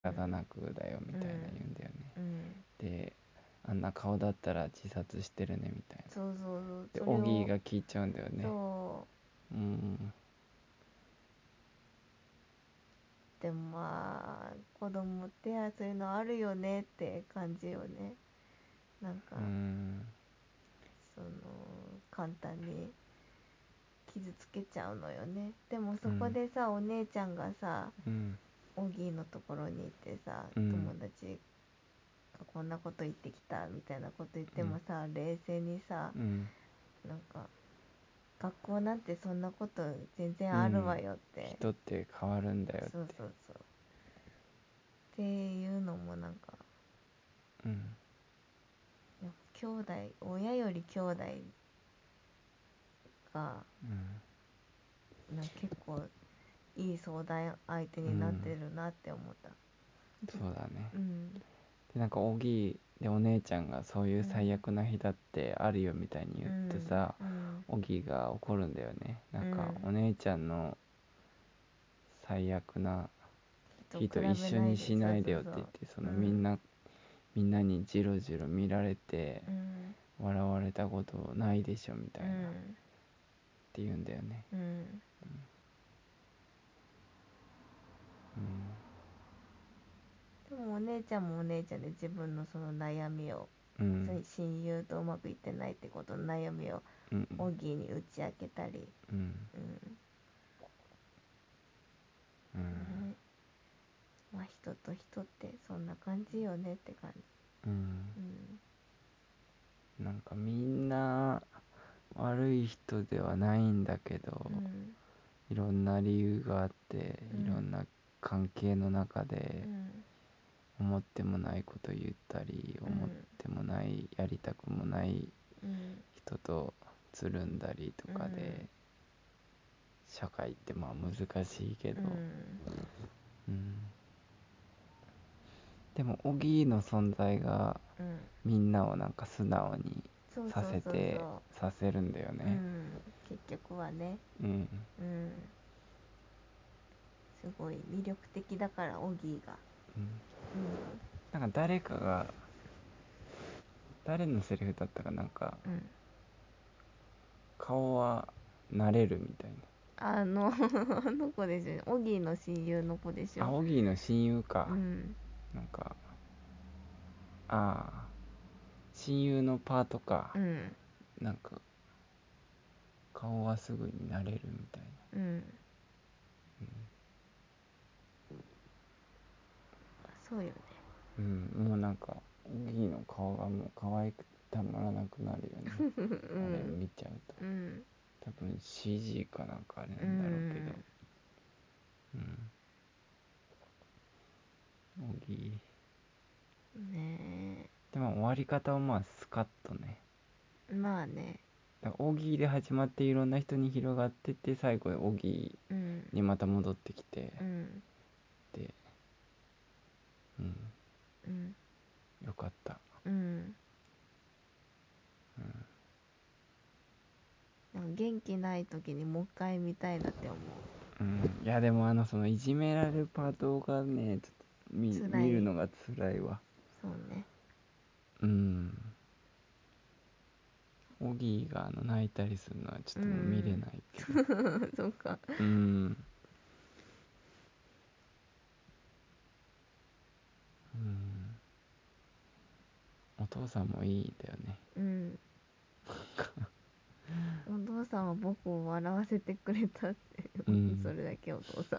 仕方なくだよみたいな言うんだよね、うんであんな顔だったら自殺してるねみたいなそうそうでそうオギーがが聞いちゃうんだよねそうんうでもまあ子供ってそういうのあるよねって感じよねなんか、うんその簡単に傷つけちゃうのよねでもそこでさ、お姉ちゃんがさうんオギーのところに行ってさ、うん友達がこんなこと言ってきたみたいなこと言ってもさ、冷静にさうんなんか学校なんてそんなこと全然あるわよって、人って変わるんだよってそうそうそうっていうのもなんかうんやっぱ兄弟親より兄弟がうんなんか結構いい相談相手になってるなって思ったそうだねうんでなんかオギーでお姉ちゃんがそういう最悪な日だってあるよみたいに言ってさ、うんオギーが怒るんだよねなんかうんお姉ちゃんの最悪な人日と一緒にしないでよって言ってそそうのうんみんなみんなにジロジロ見られてうん笑われたことないでしょみたいなっうんて言うんだよねうんでもお姉ちゃんもお姉ちゃんで自分のその悩みを、うんうんそういう親友とうまくいってないってことの悩みをうんオギーに打ち明けたり、うんうんうんねまあ人と人ってそんな感じよねって感じ、うんうん、なんかみんな悪い人ではないんだけど、うんいろんな理由があって、うんいろんな関係の中でうん思ってもないこと言ったり、思ってもないやりたくもないうん人とつるんだりとかで、うん社会ってまあ難しいけど、うんうんでもオギーの存在がうんみんなをなんか素直にそうそさうせそうてそさせるんだよう、うね。ん、結局はねうんうんすごい魅力的だからオギーがうんうんなんか誰かが誰のセリフだったかなんかうん顔は慣れるみたいあの あの子でしょオギーの親友の子でしなあょオギーの親友か、うんなんかああ親友のパートか、うんなんか顔はすぐに慣れるみたいなうんそうよねうん、もうなんかオギーの顔がもう可愛くてたまらなくなるよね、うあれん見ちゃうとうん多分 CG かなんかあれなんだろうけどうん、オギねーでも終わり方はまあスカッとねえまあねだからオギーで始まっていろんな人に広がってって最後オギうんーにまた戻ってきてう、んでうんうんよかったうんなんか元気ない時にもう一回見たいなって思ううんいやでもあのそのいじめられるパートがねちょっと見辛い見るのが辛いわそうねうんオギーがあの泣いたりするのはちょっともう見れないけどそうかうんうんお父さんもいいんだよねうんお父さんは僕を笑わせてくれたって、うんそれだけお父さ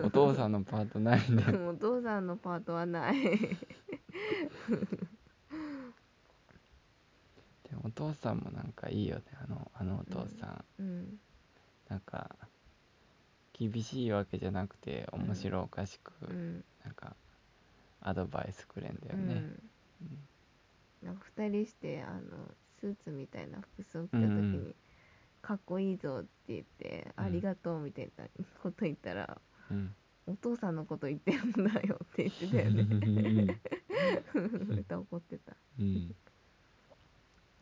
んお父さんのパートないんだよお父さんのパートはないでもお父さんもなんかいいよねあのあのお父さん、うんなんか厳しいわけじゃなくてん面白おかしく、うんなんかアドバイスくれんだようね、んなんか2人してあのスーツみたいな服装着た時に、うんかっこいいぞ」って言って「うんありがとう」みたいなこと言ったらうん「お父さんのこと言ってるんだよ」って言ってた よね歌怒ってたうんうん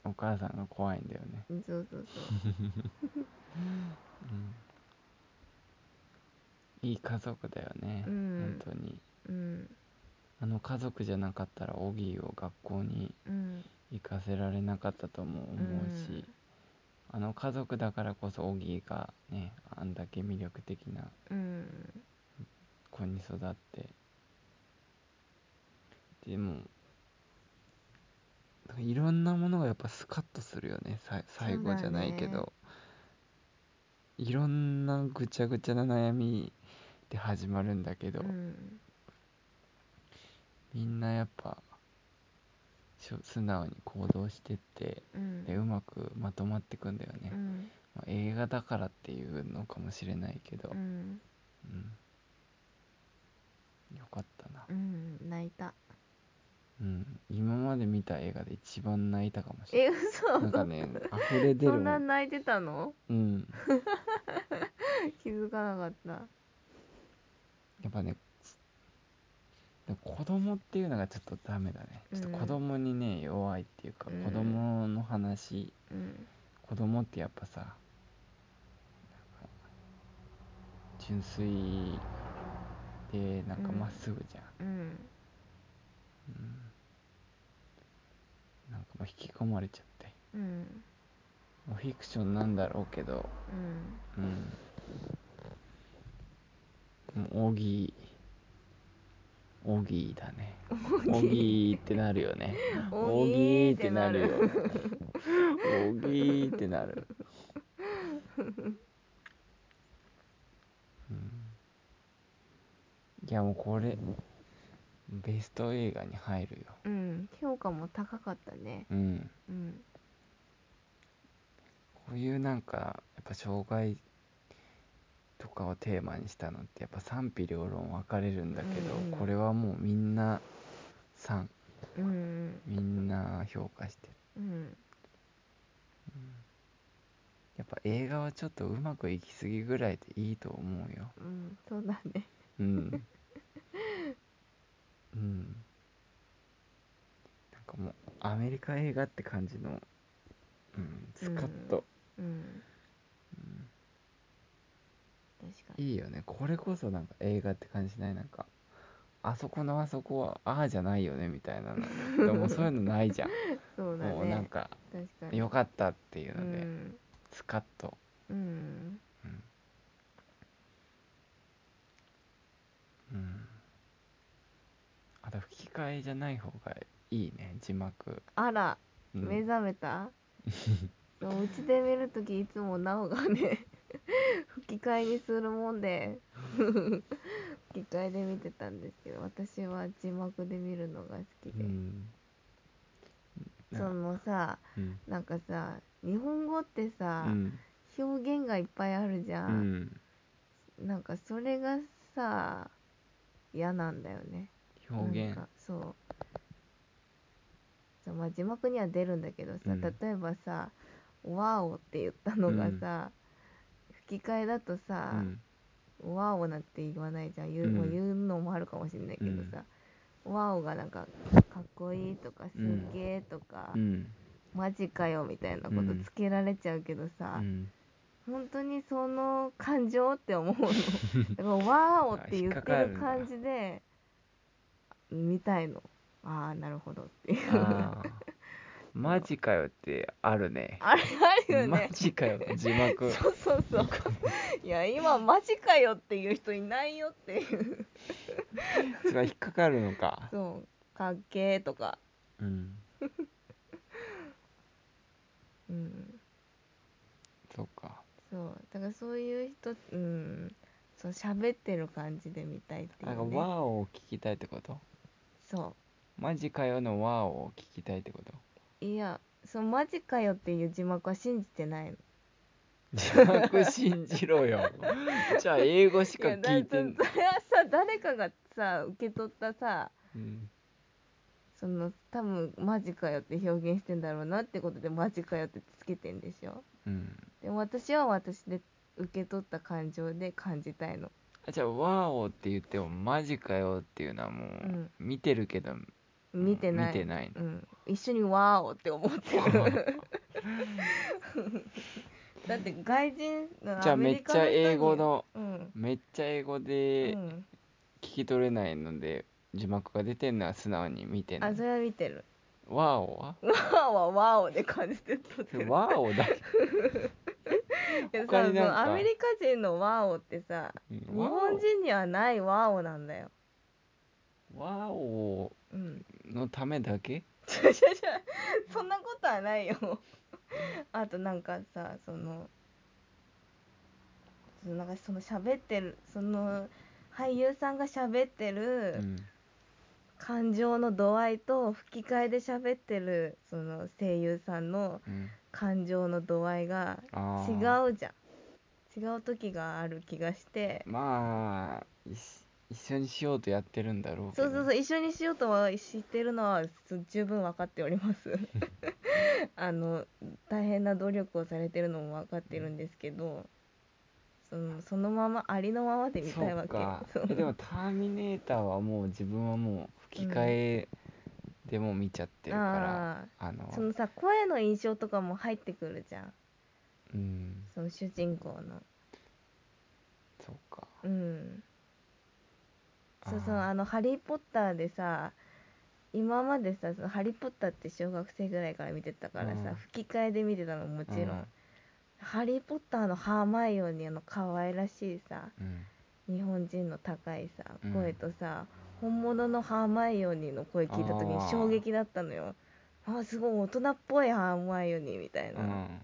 お母さんが怖いんだよねうんそ うそうそういい家族だよね、うん本当にうんあの家族じゃなかったらオギーを学校にうん行かせられなかったとも思うし、あの家族だからこそオギーがねあんだけ魅力的なうん子に育ってでもなんかいろんなものがやっぱスカッとするよねさい最後じゃないけそうだねど、いろんなぐちゃぐちゃな悩みで始まるんだけど、うんみんなやっぱしょ素直に行動してってうんでうまくまとまってくんだよね、うんまあ映画だからっていうのかもしれないけどう、んうんよかったなうん泣いたうん、今まで見た映画で一番泣いたかもしれえな嘘いなんかね溢れ出そるんも、なん泣いてたのうん、気づかなかったやっぱねでも子供っていうのがちょっとダメだねちょっと子供にね、弱いっていうかうん子供の話うん子供ってやっぱさなんか純粋でなんかうんまっすぐじゃん、うんうん、なんかもう引き込まれちゃってうんもうフィクションなんだろうけどうんうん。もうオギー、オギーだね。オギーってなるよね。オギーってなるオギーってなるよ。オギーってなる。うんいやもうこれベスト映画に入るよ。うん評価も高かったねうん。うんこういうなんかやっぱ障害とかをテーマにしたのってやっぱ賛否両論分かれるんだけど、うんうんこれはもうみんな賛うんみんな評価してるうんやっぱ映画はちょっとうまくいきすぎぐらいでいいと思うようんそうだねうん うんなんかもうアメリカ映画って感じのうんスカッと、うん確かにいいよねこれこそなんか映画って感じしないなんかあそこのあそこはああじゃないよねみたいなのでもそういうのない じゃんそうだもうなんねか確かに良かったっていううので、んスカッとうんうんあと吹き替えじゃない方がいいね字幕、あらうん目覚 めたそううちで見るときいつもなおがね吹き替えにするもんで吹き替えで見てたんですけど私は字幕で見るのが好きうで、んなそのさうんなんかさ日本語ってうさ、ん表現がいっぱいあるじうゃん、んなんかそれがさ嫌なんだよね表現なんかそうそうまあ字幕には出るんだけどさ、うん例えばさ「ワオ」って言ったのがさ、吹き替えだとうさん「ワオ」なんて言わないじゃん言う,、うんまあ言うのもあるかもしれないけどさ「ワオ」がなんか「かっこいい」とか「すうんげえ」とか、うんマジかよ」みたいなこうとんつけられちゃうけどさ、 うん本当にその感情って思う のだから「わーお」って言ってる感じで見たいのああなるほどっていうあーマジかよってあるねあれあるよマねジかよ字 幕そうそうそういや今マジかよっていう人いないよっていうそれは引っかかるのかそうかっけーとかうんうんそうかそうだからそういう人うんそう喋ってる感じで見たいっていなんか「う、わーね、を聞きたいってことそマジかよの「わーを聞きたいって ことういやそのマジかよっていう字幕は信じてないの字幕信じろ よじゃあ英語しいかやだ聞いてんそ それはさ誰かがさ受け取ったさうんその多分マジかよって表現してんだろうなってことでマジかよってつけてんでしょうんでも私は私で受け取った感情で感じたいのあじゃあ「わーをって言っても「マジかよ」っていうのはもううん見てるけど、見てない見てないのうん、一緒にワーオって思ってるだって外人 じゃアあメめっリちカのゃ人に英語のうん、めっちゃ英語うでん、聞き取れないので字幕が出てんのは素直に見てあなそいれは見てるワーオは わーはわーおで感じて撮ってるワーオだけいやさ他にそなんかのアメリカ人のワーオってさうん日本人にはないワーオなんだよワーオうんのためだけちょちょちょ そんなことはないよ あとなんかさそのそのなんかその喋ってるその俳優さんが喋ってうるん感情の度合いと吹き替えで喋ってるその声優さんのうん感情の度合いがあ違ーうじゃん違う時がある気がしてまあいし一緒にしようとやってるんだろうけそどうそうそう一緒にしようとは知ってるのはす十分分かっております あの大変な努力をされてるのも分かってるんですけどそのそのままありのままで見たいわそうけかそうえでも「ターミネーター」はもう自分はもう吹き替えでも見ちゃってるから、あああのそのさ声の印象とかも入ってくるじゃんうんその主人公のそうかうんそうそうあーあの「ハリー・ポッター」でさ今までさ「そのハリー・ポッター」って小学生ぐらいから見てたからさ、うん吹き替えで見てたのもちろうんハリー・ポッターのハーマイオニーの可愛らしいさうん日本人の高いさうん声とさ、本物のハーマイオニーの声聞いた時にあー衝撃だったのよあーすごい大人っぽいハーマイオニーみたいうな、ん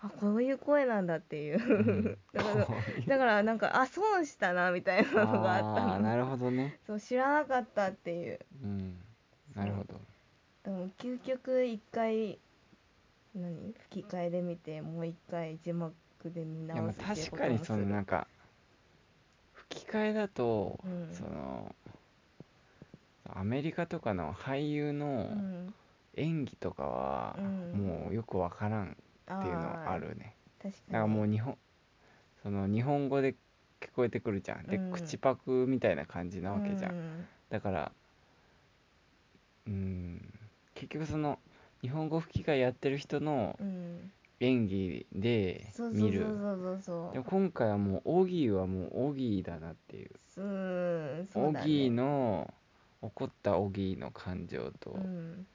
あこういう声なんだっていう うんだからだからなんかあ損したなみたいなのがあったあーのなるほどねそう知らなかったっていううんなるほどでも究極一回何吹き替えで見てもう一回字幕で見いやま直あす確っていうことかもにすそのるなんか吹き替えだと、うんそのアメリカとかの俳優のうん演技とかは、うんもうよくわからんっっていうのはあるね確だかからにもう日本その日本語で聞こえてくるじゃんで、うん口パクみたいな感じなわけじゃん、うんだからうん結局その日本語吹き替えやってる人のうん演技でそうそう見そるうそうそうでそうも今回はもうオギーはもうオギーだなっていううーんそオうだねギーの怒ったオギーの感情と、うん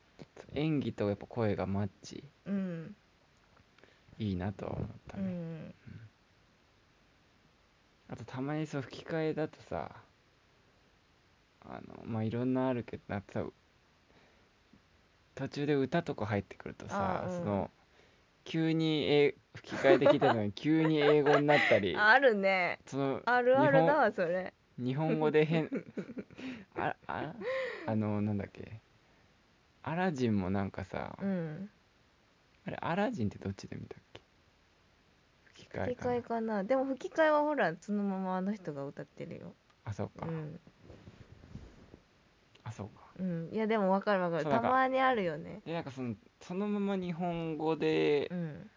演技とやっぱ声がマッチうんいいなとは思ったうね、んあとたまにその吹き替えだとさあのまあいろんなあるけどなんかさ途中で歌とか入ってくるとさ、あうんその急にえ吹き替えで聞いたのに急に英語になったり あるねそのあるあるだわそれ日本語で変あああのなんだっけアラジンもなんかさ、うんあれアラジンってどっちで見たっけ吹き替え吹きかな替えかなでも吹き替えはほらそのままあの人が歌ってるよあそううか、んあそうかうんいやでもわかるわかるそうなたんかまにあるよねでなんかそのそのまま日本語でうん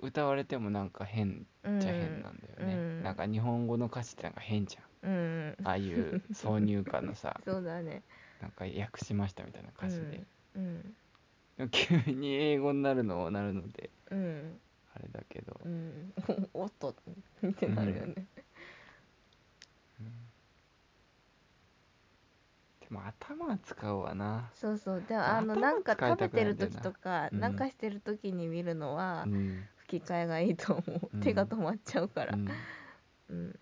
歌われてもなんか変うんっちゃ変なんだよね、うんなんか日本語の歌詞ってなんか変じゃうんんああいう挿入歌の さそうだねなんか訳しましたみたいな歌詞で、うんでも急に英語になるのなるのでうんあれだけど、うん おっとってなるよねでも頭は使うわな、そうそうでああの頭なんか使い食たべくなているんだよな時とかうんなんかしてる時に見るのはうん吹き替えがいいと思ううん手が止まっちゃうからうんうん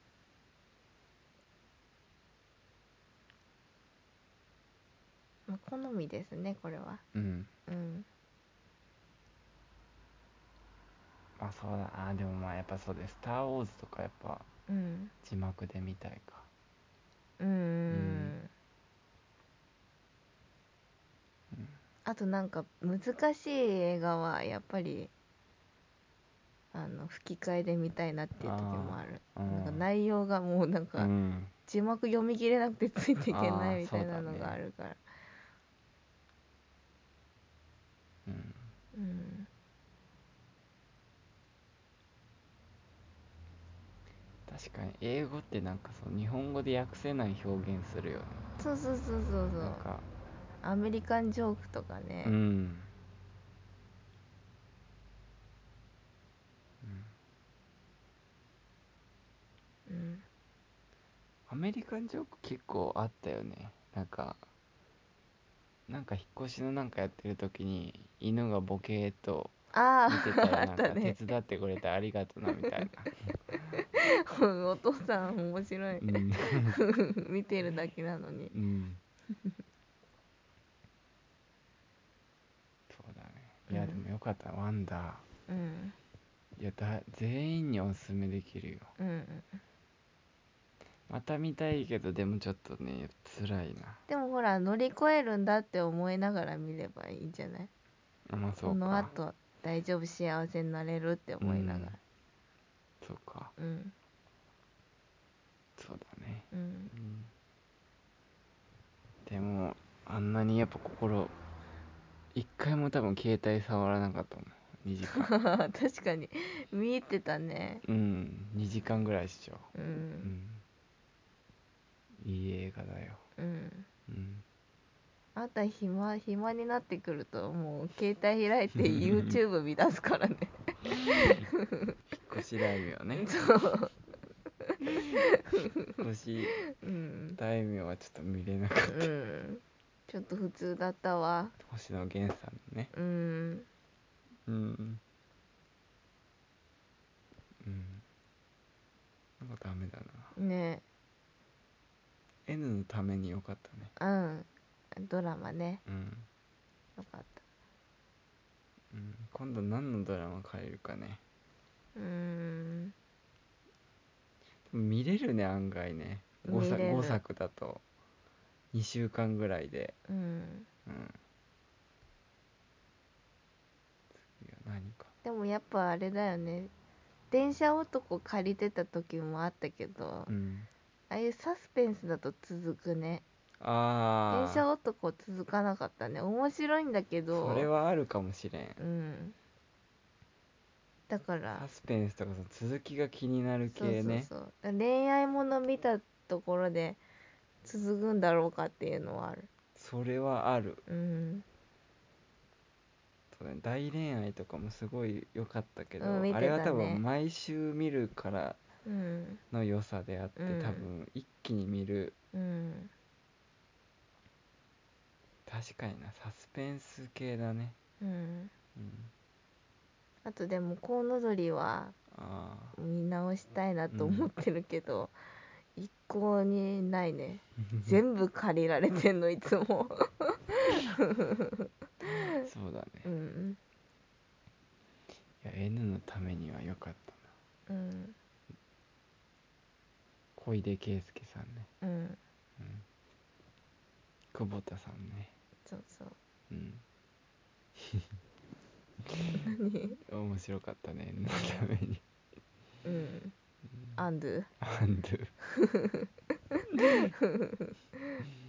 まあ好みですねこれはうんうんまあそうだあーでもまあやっぱそうです「スター・ウォーズ」とかやっぱうん字幕で見たいかうんんあとなんか難しい映画はやっぱりあの吹き替えで見たいなっていう時もあるあーなんかうん内容がもうなんか、うん字幕読み切れなくてついていけなあーいみたいなのそうだがねあるからう,、うんん確かに英語ってなんかそう日本語で訳せない表現するよねそうそうそうそうそなんうかアメリカンジョークとかね、うん、うん、あアメリカンジョーク結構あったよねなんかなんか引っ越しのなんかやってる時に犬がボケーっとあ見てた あらあなっんかた手ね伝ってくれてありがとなみた いうん お父さん面白いなうん、見てるだけなのに うん、そうだねいやうんでもよかったワンダーうんいやだ全員におすすめできるようんまた見たいけどでもちょっとね辛いなでもほら乗り越えるんだって思いながら見ればいいんじゃないあまあそこうのか後大丈夫幸せになれるって思いながらそうかうんそうだねうんうんでもあんなにやっぱ心一回も多分携帯触らなかったもん2時 間確かに見入ってたねうん2時間ぐらいっしょううんんいい映画だようんうんあんた暇暇になってくるともう携帯開いて YouTube 見出すか らね引っ越し大名ね そう引っ越しうん大名はちょっと見れなかったうんちょっと普通だったわ星野源さんのねうんうんうんなんかダメだなね N のためによかったねうんドラマねうんよかったうん、今度何のドラマ変えるかねうーんでも見れるね案外ね 5, 見れる作5作だと2週間ぐらいでうんうん次は何かでもやっぱあれだよね電車男借りてた時もあったけど、うあんあいうサスペンスだと続くねあ電車あ男続かなかったね面白いんだけどそれはあるかもしれんうんだからサスペンスとかその続きが気になるそう系ねそうそう恋愛もの見たところで続くんだろうかっていうのはあるそれはあるうんそうね大恋愛とかもすごい良かったけど、うん見てあたねれは多分毎週見るからうんの良さであって、うん多分一気に見るうん確かになサスペンス系だねうんうんあとでもコウノドリはああ見直したいなと思ってるけど、一向にないね全部借りられてんのいつもそうだねうんいや N のためには良かったなうん小出圭介さんねうん久保田さんねそうそううん面白かったね N のためにうんアンドゥアンドゥ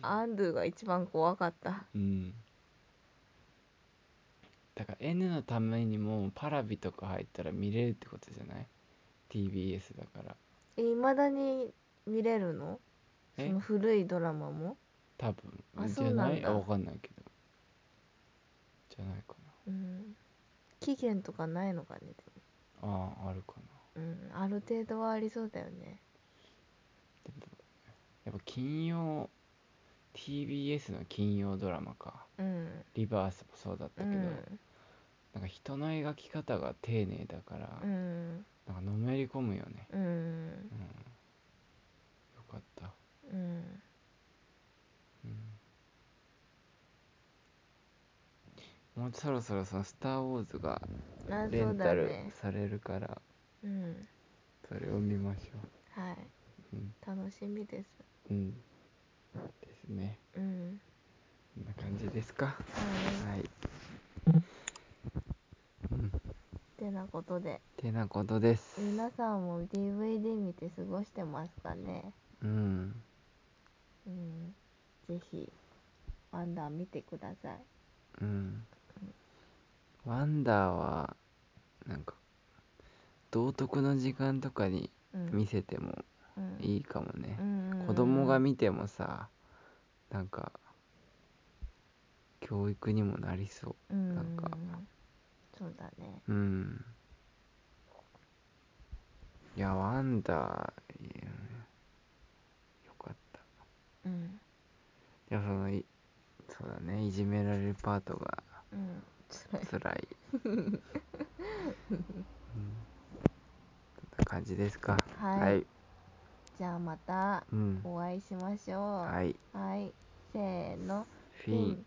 アンドゥが一番怖かったうんだから N のためにもパラビとか入ったら見れるってことじゃない TBS だからいまだに見れるのそえの古いドラマも多分あじそゃうななんいだわかんないけどじゃないかうん期限とかないのかねでなあああるかなもうんある程度はありそうだよねでもやっぱ金曜 TBS の金曜ドラマかうんリバースもそうだったうけど、んなんか人の描き方が丁寧だから、うんなんかのめり込むよねうんうんよかったうんもうそろそろその「スター・ウォーズ」があレそうンタだルねされるからうんそれを見ましょはい、うん楽しみですううんですねうんこんな感じですかははいいてなことでてなことです皆さんも DVD 見て過ごしてますかねうんうんぜひワンダー見てくださいうんワンダーはなんか道徳の時間とかにうん見せてもうんいいかもね、うんうんうん子供が見てもさなんか教育にもなりそうんなんかそうだねううんいやワンダーいいよねようんでもそのいそうだねいじめられるパートがうん辛い辛 いうんそんな感じですかはいじゃあまたうんお会いしましょうはいはい、せーのフィンン